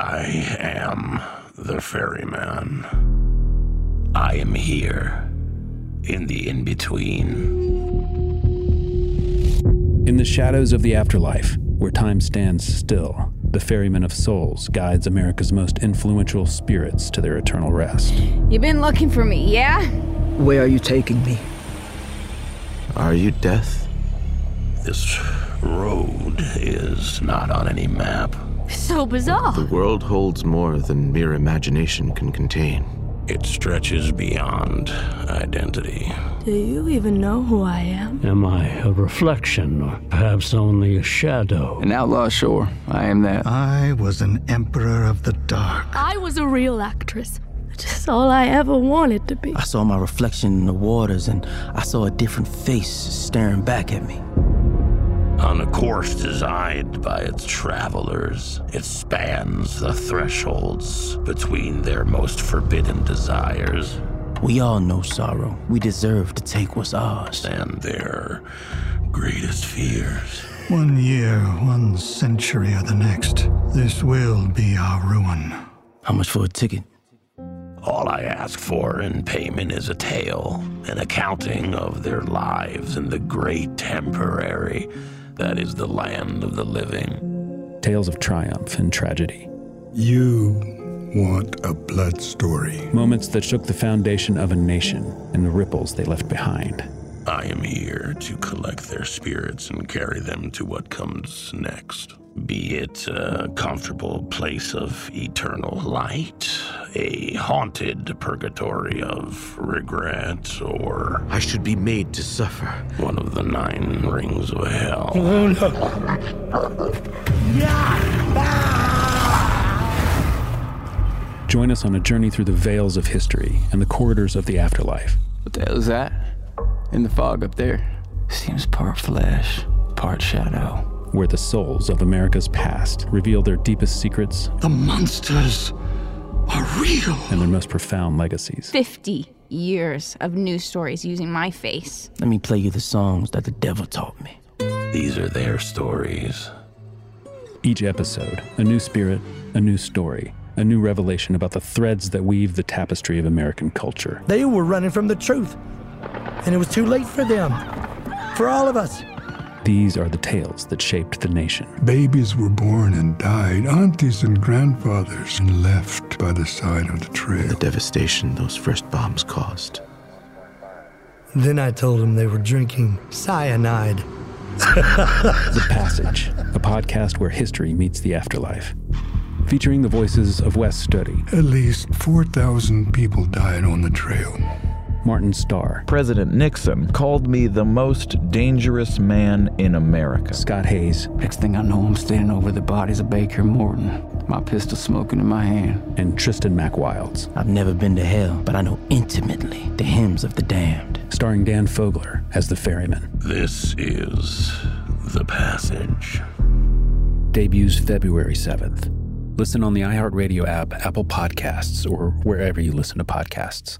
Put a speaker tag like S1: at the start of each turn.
S1: I am the ferryman. I am here in the in between.
S2: In the shadows of the afterlife, where time stands still, the ferryman of souls guides America's most influential spirits to their eternal rest.
S3: You've been looking for me, yeah?
S4: Where are you taking me?
S5: Are you death?
S1: This road is not on any map.
S3: So bizarre.
S5: The world holds more than mere imagination can contain.
S1: It stretches beyond identity.
S6: Do you even know who I am?
S7: Am I a reflection, or perhaps only a shadow?
S8: An outlaw, sure. I am that.
S9: I was an emperor of the dark.
S6: I was a real actress. Just all I ever wanted to be.
S10: I saw my reflection in the waters and I saw a different face staring back at me.
S1: On a course designed by its travelers, it spans the thresholds between their most forbidden desires
S10: We all know sorrow. We deserve to take what's ours.
S1: and their greatest fears.
S9: One year, one century, or the next. This will be our ruin.
S10: How much for a ticket?
S1: All I ask for in payment is a tale, an accounting of their lives in the great temporary that is the land of the living.
S2: Tales of triumph and tragedy,
S9: You want a blood story.
S2: moments that shook the foundation of a nation and the ripples they left behind.
S1: I am here to collect their spirits and carry them to what comes next. Be it a comfortable place of eternal light, a haunted purgatory of regret, or
S5: I should be made to suffer.
S1: one of the nine rings of hell.
S2: Join us on a journey through the veils of history and the corridors of the afterlife.
S8: What the hell is that? In the fog up there.
S10: Seems part flesh, part shadow.
S2: where the souls of America's past reveal their deepest secrets
S9: The monsters are real.
S2: and their most profound legacies.
S3: 50 years of news stories using my face.
S10: Let me play you the songs that the devil taught me.
S1: These are their stories.
S2: Each episode, a new spirit, a new story, a new revelation about the threads that weave the tapestry of American culture.
S11: They were running from the truth, and it was too late for them, for all of us.
S2: These are the tales that shaped the nation.
S9: Babies were born and died, aunties and grandfathers, and left by the side of the
S5: The
S9: trail.
S5: devastation those first bombs caused.
S11: Then I told them they were drinking cyanide.
S2: The Passage, a podcast where history meets the afterlife. Featuring the voices of Wes Studi,
S9: At least 4,000 people died on the trail.
S2: Martin Starr,
S12: President Nixon called me the most dangerous man in America.
S2: Scott Hayes,
S8: Next thing I know, I'm standing over the bodies of Baker and Morton, my pistol smoking in my hand.
S2: and Tristan MacWilds,
S10: I've never been to hell, but I know intimately the hymns of the damned.
S2: starring Dan Fogler as the ferryman.
S1: This is The Passage.
S2: Debuts February 7th. Listen on the iHeartRadio app, Apple Podcasts, or wherever you listen to podcasts.